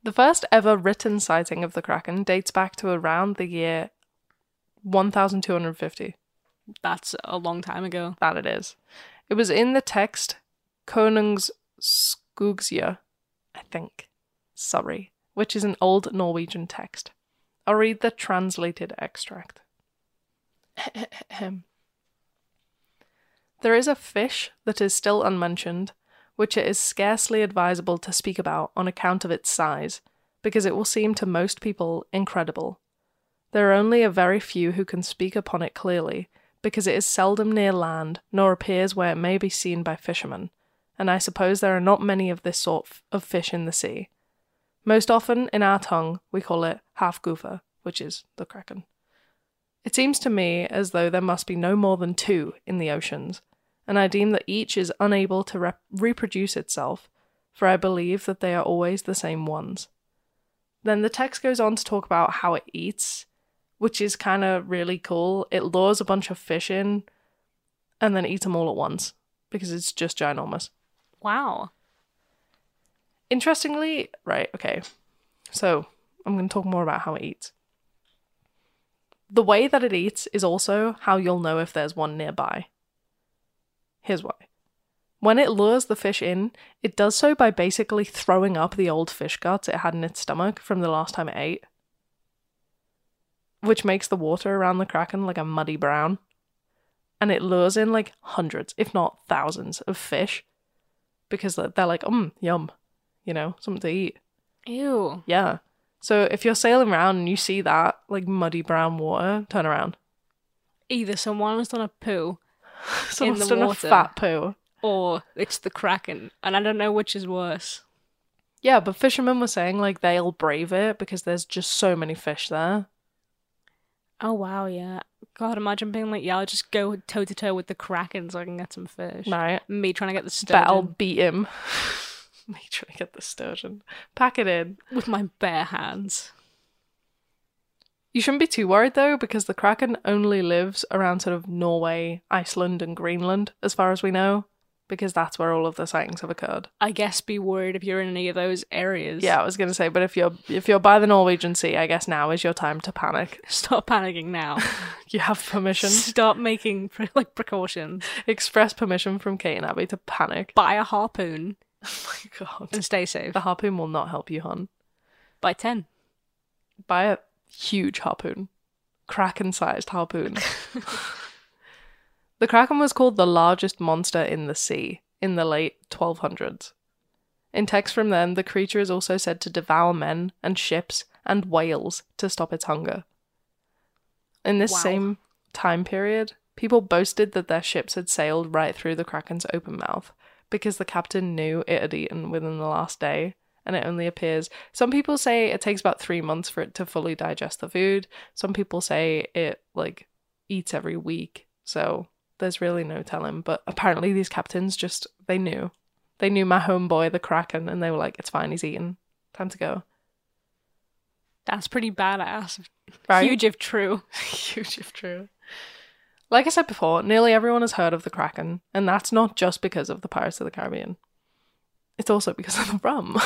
Speaker 2: The first ever written sighting of the Kraken dates back to around the year 1250.
Speaker 3: That's a long time ago.
Speaker 2: That it is. It was in the text Konungsskugsia, I think. Sorry. Which is an old Norwegian text. I'll read the translated extract. there is a fish that is still unmentioned, which it is scarcely advisable to speak about on account of its size, because it will seem to most people incredible. There are only a very few who can speak upon it clearly, because it is seldom near land, nor appears where it may be seen by fishermen, and I suppose there are not many of this sort f- of fish in the sea. Most often, in our tongue, we call it half goofer, which is the kraken. It seems to me as though there must be no more than two in the oceans, and I deem that each is unable to rep- reproduce itself, for I believe that they are always the same ones. Then the text goes on to talk about how it eats, which is kind of really cool. It lures a bunch of fish in and then eats them all at once because it's just ginormous.
Speaker 3: Wow.
Speaker 2: Interestingly, right, okay. So I'm going to talk more about how it eats. The way that it eats is also how you'll know if there's one nearby. Here's why. When it lures the fish in, it does so by basically throwing up the old fish guts it had in its stomach from the last time it ate, which makes the water around the kraken like a muddy brown. And it lures in like hundreds, if not thousands, of fish because they're they're like, um, yum, you know, something to eat.
Speaker 3: Ew.
Speaker 2: Yeah. So if you're sailing around and you see that like muddy brown water, turn around.
Speaker 3: Either someone has done a poo
Speaker 2: Someone's
Speaker 3: the
Speaker 2: done
Speaker 3: water.
Speaker 2: a fat poo.
Speaker 3: or it's the Kraken. And I don't know which is worse.
Speaker 2: Yeah, but fishermen were saying like they'll brave it because there's just so many fish there.
Speaker 3: Oh, wow, yeah. God, imagine being like, yeah, I'll just go toe to toe with the Kraken so I can get some fish.
Speaker 2: Right.
Speaker 3: Me trying to get the
Speaker 2: Bet I'll
Speaker 3: sturgeon
Speaker 2: beat him. Make sure I get the sturgeon. Pack it in.
Speaker 3: with my bare hands.
Speaker 2: You shouldn't be too worried though, because the Kraken only lives around sort of Norway, Iceland, and Greenland, as far as we know, because that's where all of the sightings have occurred.
Speaker 3: I guess be worried if you're in any of those areas.
Speaker 2: Yeah, I was gonna say, but if you're if you're by the Norwegian Sea, I guess now is your time to panic.
Speaker 3: Stop panicking now.
Speaker 2: You have permission,
Speaker 3: Stop making pre- like precautions.
Speaker 2: express permission from Kate and Abby to panic.
Speaker 3: Buy a harpoon
Speaker 2: Oh my god,
Speaker 3: and stay safe.
Speaker 2: the harpoon will not help you, hon.
Speaker 3: Buy ten.
Speaker 2: Buy a huge harpoon, kraken-sized harpoon. The kraken was called the largest monster in the sea in the late 1200s. In texts from then, the creature is also said to devour men and ships and whales to stop its hunger. In this
Speaker 3: Wow.
Speaker 2: same time period, people boasted that their ships had sailed right through the kraken's open mouth because the captain knew it had eaten within the last day and it only appears. Some people say it takes about 3 months for it to fully digest the food. Some people say it like eats every week. So there's really no telling. But apparently these captains just they knew. They knew my homeboy, the Kraken, and they were like, It's fine, he's eaten. Time to go.
Speaker 3: That's pretty badass.
Speaker 2: Right?
Speaker 3: Huge if true.
Speaker 2: Huge if true. Like I said before, nearly everyone has heard of the Kraken, and that's not just because of the Pirates of the Caribbean. It's also because of the rum.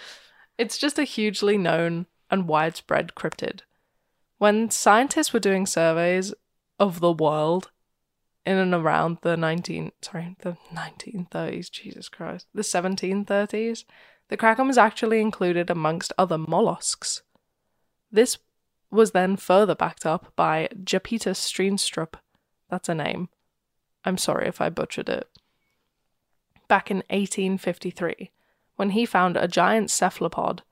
Speaker 2: it's just a hugely known and widespread cryptid. When scientists were doing surveys of the world in and around the 19 sorry, the 1930s, Jesus Christ, the 1730s, the Kraken was actually included amongst other mollusks. This was then further backed up by Japita Streenstrup. That's a name. I'm sorry if I butchered it. Back in 1853, when he found a giant cephalopod,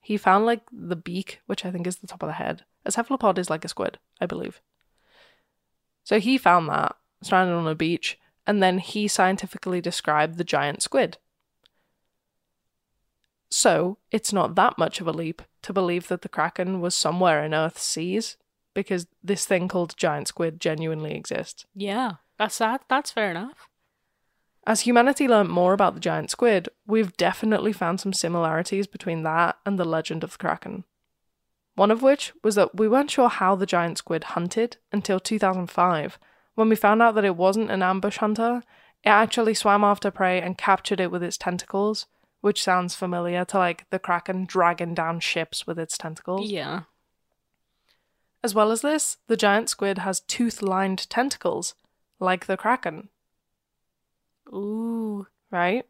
Speaker 2: he found like the beak, which I think is the top of the head. A cephalopod is like a squid, I believe. So he found that stranded on a beach, and then he scientifically described the giant squid. So, it's not that much of a leap to believe that the Kraken was somewhere in Earth's seas, because this thing called giant squid genuinely exists.
Speaker 3: Yeah. That's that that's fair enough.
Speaker 2: As humanity learnt more about the giant squid, we've definitely found some similarities between that and the legend of the Kraken. One of which was that we weren't sure how the giant squid hunted until 2005, when we found out that it wasn't an ambush hunter. It actually swam after prey and captured it with its tentacles, which sounds familiar to like the Kraken dragging down ships with its tentacles.
Speaker 3: Yeah.
Speaker 2: As well as this, the giant squid has tooth lined tentacles, like the kraken,
Speaker 3: Ooh.
Speaker 2: right?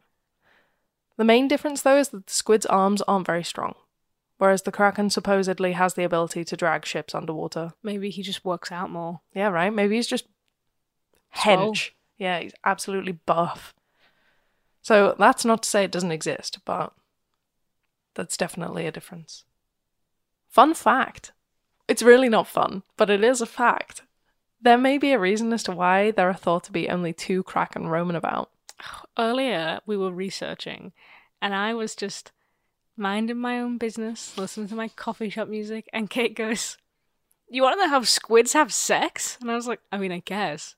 Speaker 2: The main difference, though, is that the squid's arms aren't very strong, whereas the kraken supposedly has the ability to drag ships underwater.
Speaker 3: Maybe he just works out more.
Speaker 2: Yeah, right? Maybe he's just
Speaker 3: Swole.
Speaker 2: hench. Yeah, he's absolutely buff. So that's not to say it doesn't exist, but that's definitely a difference. Fun fact. It's really not fun, but it is a fact. There may be a reason as to why there are thought to be only two Kraken roaming about.
Speaker 3: Earlier we were researching and I was just minding my own business, listening to my coffee shop music, and Kate goes, You wanna know how squids have sex? And I was like, I mean I guess.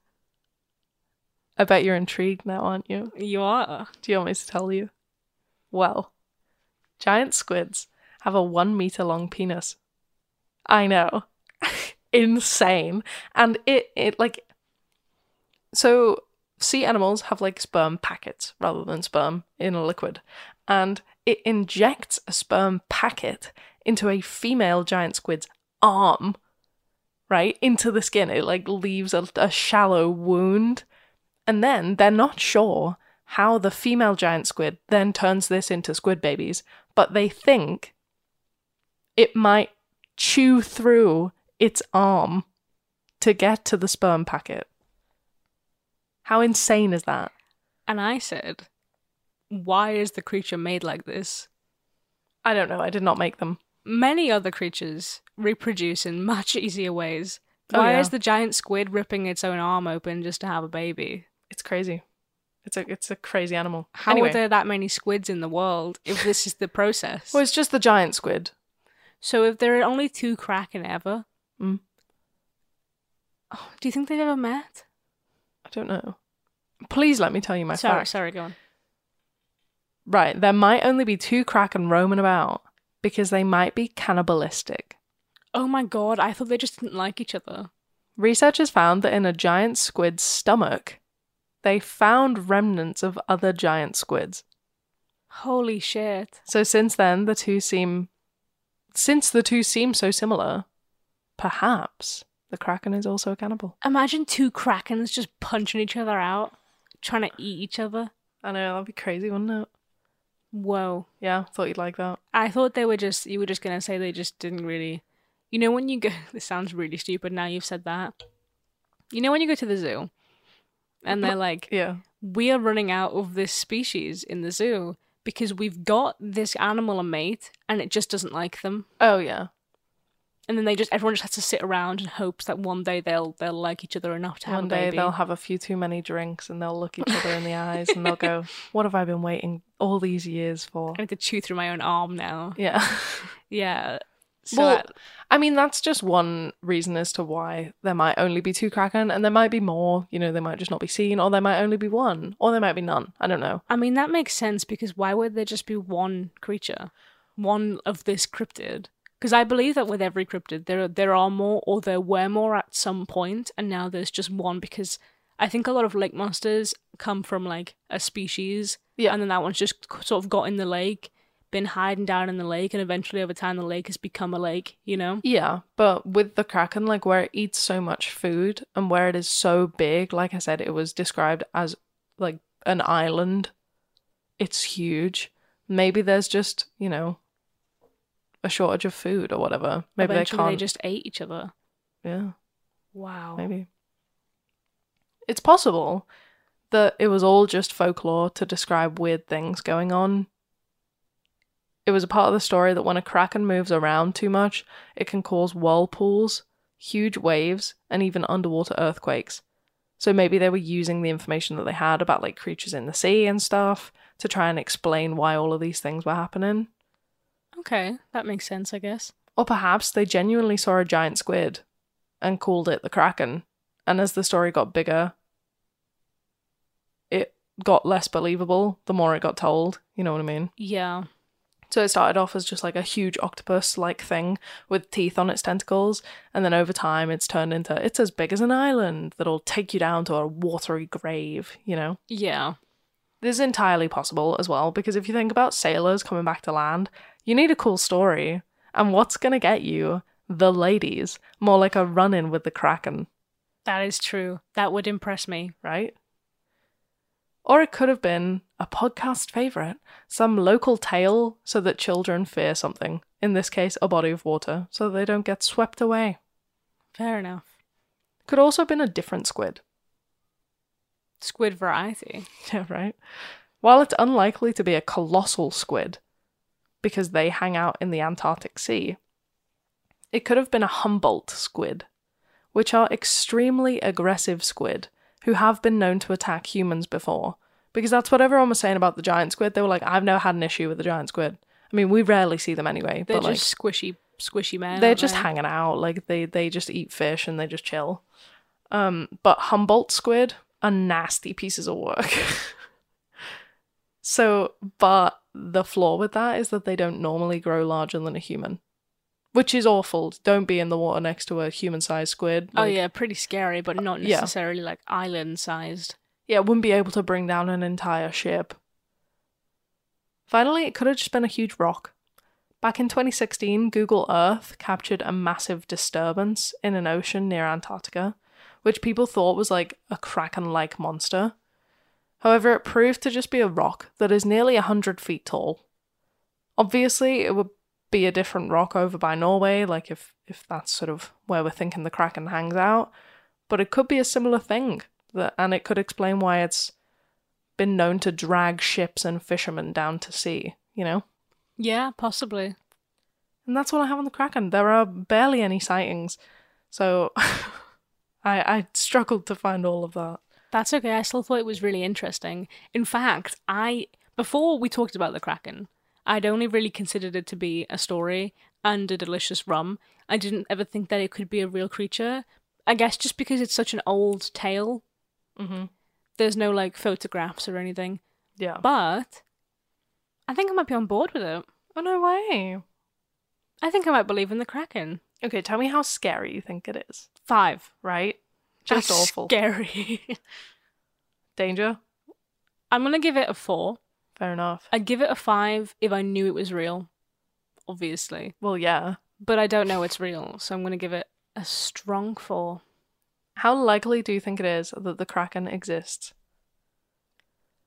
Speaker 2: I bet you're intrigued now, aren't you?
Speaker 3: You are.
Speaker 2: Do you want me to tell you? Well, giant squids have a one meter long penis. I know. Insane. And it, it like. So, sea animals have like sperm packets rather than sperm in a liquid. And it injects a sperm packet into a female giant squid's arm, right? Into the skin. It like leaves a, a shallow wound. And then they're not sure how the female giant squid then turns this into squid babies, but they think it might chew through its arm to get to the sperm packet. How insane is that?
Speaker 3: And I said, Why is the creature made like this?
Speaker 2: I don't know. I did not make them.
Speaker 3: Many other creatures reproduce in much easier ways.
Speaker 2: Oh,
Speaker 3: Why
Speaker 2: yeah.
Speaker 3: is the giant squid ripping its own arm open just to have a baby?
Speaker 2: It's crazy. It's a it's a crazy animal.
Speaker 3: How
Speaker 2: anyway,
Speaker 3: are there that many squids in the world if this is the process?
Speaker 2: well, it's just the giant squid.
Speaker 3: so if there are only two kraken ever,
Speaker 2: Mm.
Speaker 3: oh, do you think they've ever met?
Speaker 2: I don't know. Please let me tell you my
Speaker 3: sorry,
Speaker 2: facts.
Speaker 3: sorry, go on.
Speaker 2: Right, there might only be two kraken roaming about because they might be cannibalistic.
Speaker 3: Oh my god, I thought they just didn't like each other.
Speaker 2: Researchers found that in a giant squid's stomach, they found remnants of other giant squids.
Speaker 3: Holy shit.
Speaker 2: So since then, the two seem. Since the two seem so similar, perhaps the kraken is also a cannibal.
Speaker 3: Imagine two krakens just punching each other out, trying to eat each other.
Speaker 2: I know, that'd be crazy, wouldn't it?
Speaker 3: Whoa.
Speaker 2: Yeah, thought you'd like that.
Speaker 3: I thought they were just you were just gonna say they just didn't really you know when you go this sounds really stupid now you've said that. You know when you go to the zoo and they're like,
Speaker 2: Yeah.
Speaker 3: We are running out of this species in the zoo because we've got this animal a mate and it just doesn't like them.
Speaker 2: Oh, yeah.
Speaker 3: And then they just everyone just has to sit around and hopes that one day they'll they'll like each other enough to have
Speaker 2: One
Speaker 3: a
Speaker 2: day
Speaker 3: baby.
Speaker 2: they'll have a few too many drinks and they'll look each other in the eyes and they'll go, What have I been waiting all these years for?
Speaker 3: I need to chew through my own arm now.
Speaker 2: Yeah.
Speaker 3: Yeah. So
Speaker 2: well,
Speaker 3: that-
Speaker 2: I mean, that's just one reason as to why there might only be two kraken and there might be more. You know, they might just not be seen, or there might only be one, or there might be none. I don't know.
Speaker 3: I mean, that makes sense because why would there just be one creature, one of this cryptid? Because I believe that with every cryptid, there are, there are more or there were more at some point, and now there's just one because I think a lot of lake monsters come from like a species,
Speaker 2: Yeah.
Speaker 3: and then that one's just c- sort of got in the lake, been hiding down in the lake, and eventually over time the lake has become a lake, you know?
Speaker 2: Yeah, but with the kraken, like where it eats so much food and where it is so big, like I said, it was described as like an island. It's huge. Maybe there's just, you know, a shortage of food or whatever. Maybe
Speaker 3: eventually
Speaker 2: they can't.
Speaker 3: just ate each other.
Speaker 2: yeah.
Speaker 3: Wow.
Speaker 2: Maybe. It's possible that it was all just folklore to describe weird things going on. It was a part of the story that when a kraken moves around too much, it can cause whirlpools, huge waves, and even underwater earthquakes. So maybe they were using the information that they had about like creatures in the sea and stuff to try and explain why all of these things were happening.
Speaker 3: Okay, that makes sense, I guess.
Speaker 2: Or perhaps they genuinely saw a giant squid and called it the Kraken. And as the story got bigger, it got less believable the more it got told. You know what I mean?
Speaker 3: Yeah.
Speaker 2: So it started off as just like a huge octopus like thing with teeth on its tentacles. And then over time, it's turned into it's as big as an island that'll take you down to a watery grave, you know?
Speaker 3: Yeah.
Speaker 2: This is entirely possible as well, because if you think about sailors coming back to land, you need a cool story. And what's going to get you? The ladies. More like a run in with the Kraken,
Speaker 3: That is true. That would impress me.
Speaker 2: right? Or it could have been a podcast favourite, some local tale so that children fear something, in this case, a body of water, so they don't get swept away.
Speaker 3: Fair enough.
Speaker 2: Could also have been a different squid.
Speaker 3: Squid variety.
Speaker 2: Yeah, right. While it's unlikely to be a colossal squid, because they hang out in the Antarctic Sea, it could have been a Humboldt squid, which are extremely aggressive squid who have been known to attack humans before. Because that's what everyone was saying about the giant squid. They were like, I've never had an issue with the giant squid. I mean, we rarely see them anyway,
Speaker 3: They're
Speaker 2: but like,
Speaker 3: just squishy, squishy men.
Speaker 2: they're
Speaker 3: aren't
Speaker 2: just
Speaker 3: they?
Speaker 2: hanging out like they they just eat fish and they just chill um but humboldt squid are nasty pieces of work so but the flaw with that is that they don't normally grow larger than a human which is awful don't be in the water next to a human-sized squid
Speaker 3: Oh
Speaker 2: Like,
Speaker 3: yeah, pretty scary, but not
Speaker 2: yeah.
Speaker 3: necessarily like island sized.
Speaker 2: yeah it wouldn't be able to bring down an entire ship finally it could have just been a huge rock Back in 2016, Google Earth captured a massive disturbance in an ocean near Antarctica, which people thought was like a kraken like monster. However, it proved to just be a rock that is nearly 100 feet tall. Obviously, it would be a different rock over by Norway, like if, if that's sort of where we're thinking the kraken hangs out, but it could be a similar thing, that, and it could explain why it's been known to drag ships and fishermen down to sea, you know?
Speaker 3: Yeah, possibly.
Speaker 2: And that's all I have on the Kraken. There are barely any sightings. So I I struggled to find all of that.
Speaker 3: That's okay. I still thought it was really interesting. In fact, I before we talked about the kraken, I'd only really considered it to be a story and a delicious rum. I didn't ever think that it could be a real creature. I guess just because it's such an old tale,
Speaker 2: Mm-hmm.
Speaker 3: there's no like photographs or anything.
Speaker 2: Yeah.
Speaker 3: But I think I might be on board with it.
Speaker 2: oh, no way.
Speaker 3: I think I might believe in the Kraken.
Speaker 2: Okay, tell me how scary you think it is,
Speaker 3: Five.
Speaker 2: right? Just
Speaker 3: That's
Speaker 2: awful.
Speaker 3: Scary.
Speaker 2: Danger?
Speaker 3: I'm gonna give it a four.
Speaker 2: Fair enough.
Speaker 3: I'd give it a five if I knew it was real, obviously.
Speaker 2: Well, yeah.
Speaker 3: But I don't know it's real, so I'm gonna give it a strong four.
Speaker 2: How likely do you think it is that the Kraken exists?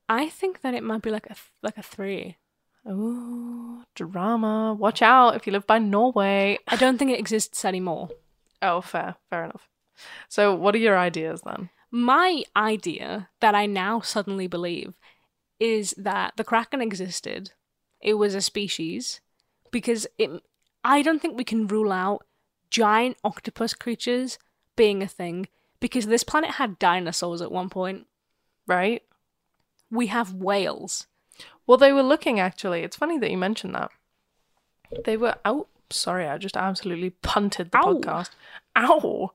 Speaker 3: I think that it might be like a th- like a three.
Speaker 2: Oh, drama. Watch out if you live by Norway.
Speaker 3: I don't think it exists anymore.
Speaker 2: Oh, fair. Fair enough. So, what are your ideas then?
Speaker 3: My idea that I now suddenly believe is that the kraken existed. It was a species because it. I don't think we can rule out giant octopus creatures being a thing because this planet had dinosaurs at one point.
Speaker 2: Right?
Speaker 3: We have whales.
Speaker 2: Well, they were looking actually. It's funny that you mentioned that. They were out. Sorry, I just absolutely punted the
Speaker 3: Ow.
Speaker 2: podcast. Ow.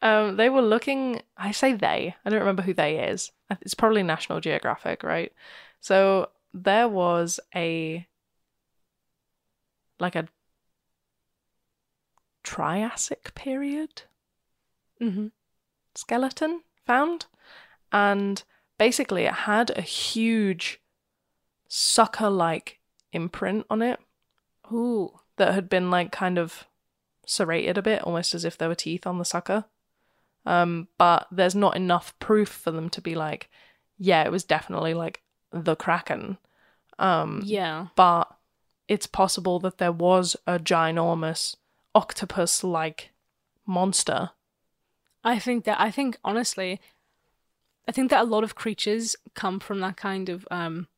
Speaker 2: Um, they were looking. I say they. I don't remember who they is. It's probably National Geographic, right? So there was a like a Triassic period
Speaker 3: Mm-hmm.
Speaker 2: skeleton found. And basically, it had a huge sucker like imprint on it
Speaker 3: Ooh.
Speaker 2: that had been like kind of serrated a bit, almost as if there were teeth on the sucker. Um, but there's not enough proof for them to be like, yeah, it was definitely like the Kraken. Um,
Speaker 3: Yeah.
Speaker 2: but it's possible that there was a ginormous octopus like monster.
Speaker 3: I think that I think honestly, I think that a lot of creatures come from that kind of um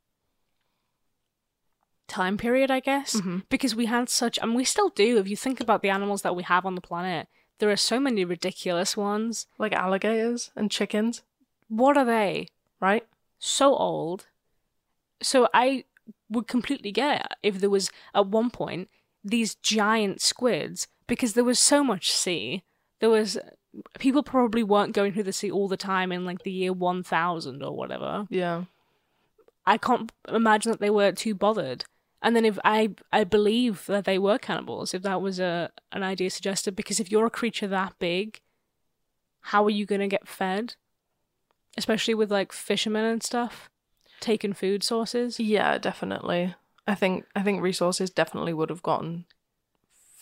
Speaker 3: time period, I guess, because we had such, and we still do. If you think about the animals that we have on the planet, there are so many ridiculous ones.
Speaker 2: like alligators and chickens,
Speaker 3: What are they?
Speaker 2: right?
Speaker 3: So old. So I would completely get it if there was at one point these giant squids because there was so much sea. There was people probably weren't going through the sea all the time in like the year 1000 or whatever.
Speaker 2: Yeah.
Speaker 3: I can't imagine that they were too bothered. And then if I I believe that they were cannibals if that was a an idea suggested because if you're a creature that big how are you going to get fed? Especially with like fishermen and stuff taking food sources.
Speaker 2: Yeah, definitely. I think I think resources definitely would have gotten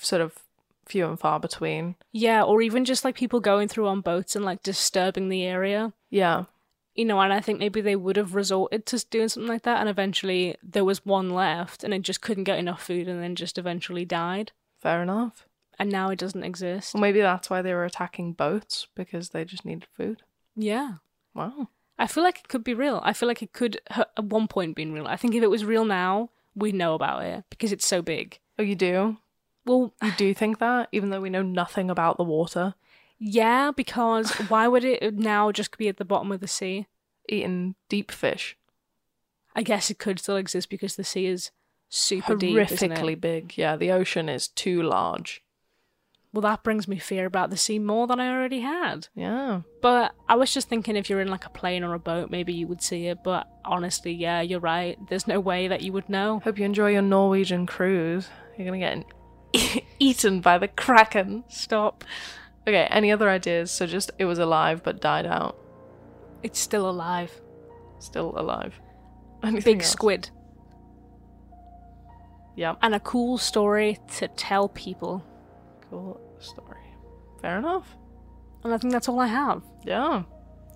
Speaker 2: sort of few and far between.
Speaker 3: Yeah, or even just like people going through on boats and like disturbing the area.
Speaker 2: Yeah.
Speaker 3: You know, and I think maybe they would have resorted to doing something like that and eventually there was one left and it just couldn't get enough food and then just eventually died.
Speaker 2: Fair enough.
Speaker 3: And now it doesn't exist.
Speaker 2: Well, maybe that's why they were attacking boats because they just needed food.
Speaker 3: Yeah.
Speaker 2: Wow.
Speaker 3: I feel like it could be real. I feel like it could ha- at one point been real. I think if it was real now, we'd know about it because it's so big.
Speaker 2: Oh, you do?
Speaker 3: Well,
Speaker 2: You do think that even though we know nothing about the water
Speaker 3: yeah, because why would it now just be at the bottom of the sea?
Speaker 2: eating deep fish.
Speaker 3: I guess it could still exist because the sea is super deep, isn't it?
Speaker 2: horrifically big. Yeah, the ocean is too large.
Speaker 3: Well, that brings me fear about the sea more than I already had.
Speaker 2: Yeah.
Speaker 3: But I was just thinking if you're in like a plane or a boat, maybe you would see it. But honestly, yeah, you're right. There's no way that you would know.
Speaker 2: Hope you enjoy your Norwegian cruise. You're gonna get an eaten by the kraken.
Speaker 3: Stop.
Speaker 2: Okay, any other ideas? So just it was alive but died out.
Speaker 3: It's still alive.
Speaker 2: Still alive. Anything
Speaker 3: Big
Speaker 2: else?
Speaker 3: squid.
Speaker 2: Yep.
Speaker 3: and a cool story to tell people.
Speaker 2: Cool story. Fair enough.
Speaker 3: And I think that's all I have.
Speaker 2: Yeah.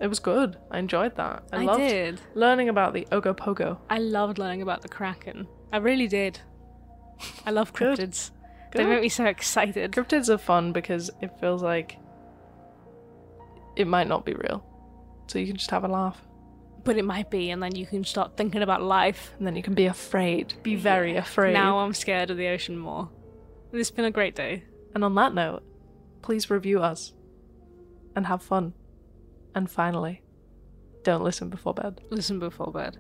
Speaker 2: It was good. I enjoyed that. I,
Speaker 3: I
Speaker 2: loved
Speaker 3: did.
Speaker 2: learning about the Ogopogo.
Speaker 3: I loved learning about the Kraken. I really did. I love
Speaker 2: Good.
Speaker 3: cryptids. They
Speaker 2: Good.
Speaker 3: make me so excited.
Speaker 2: Cryptids are fun because it feels like it might not be real. So you can just have a laugh.
Speaker 3: But it might be, and then you can start thinking about life.
Speaker 2: And then you can be afraid. Be very
Speaker 3: Yeah.
Speaker 2: afraid.
Speaker 3: Now I'm scared of the ocean more. It's been a great day.
Speaker 2: And on that note, please review us and have fun. And finally, don't listen before bed.
Speaker 3: Listen before bed.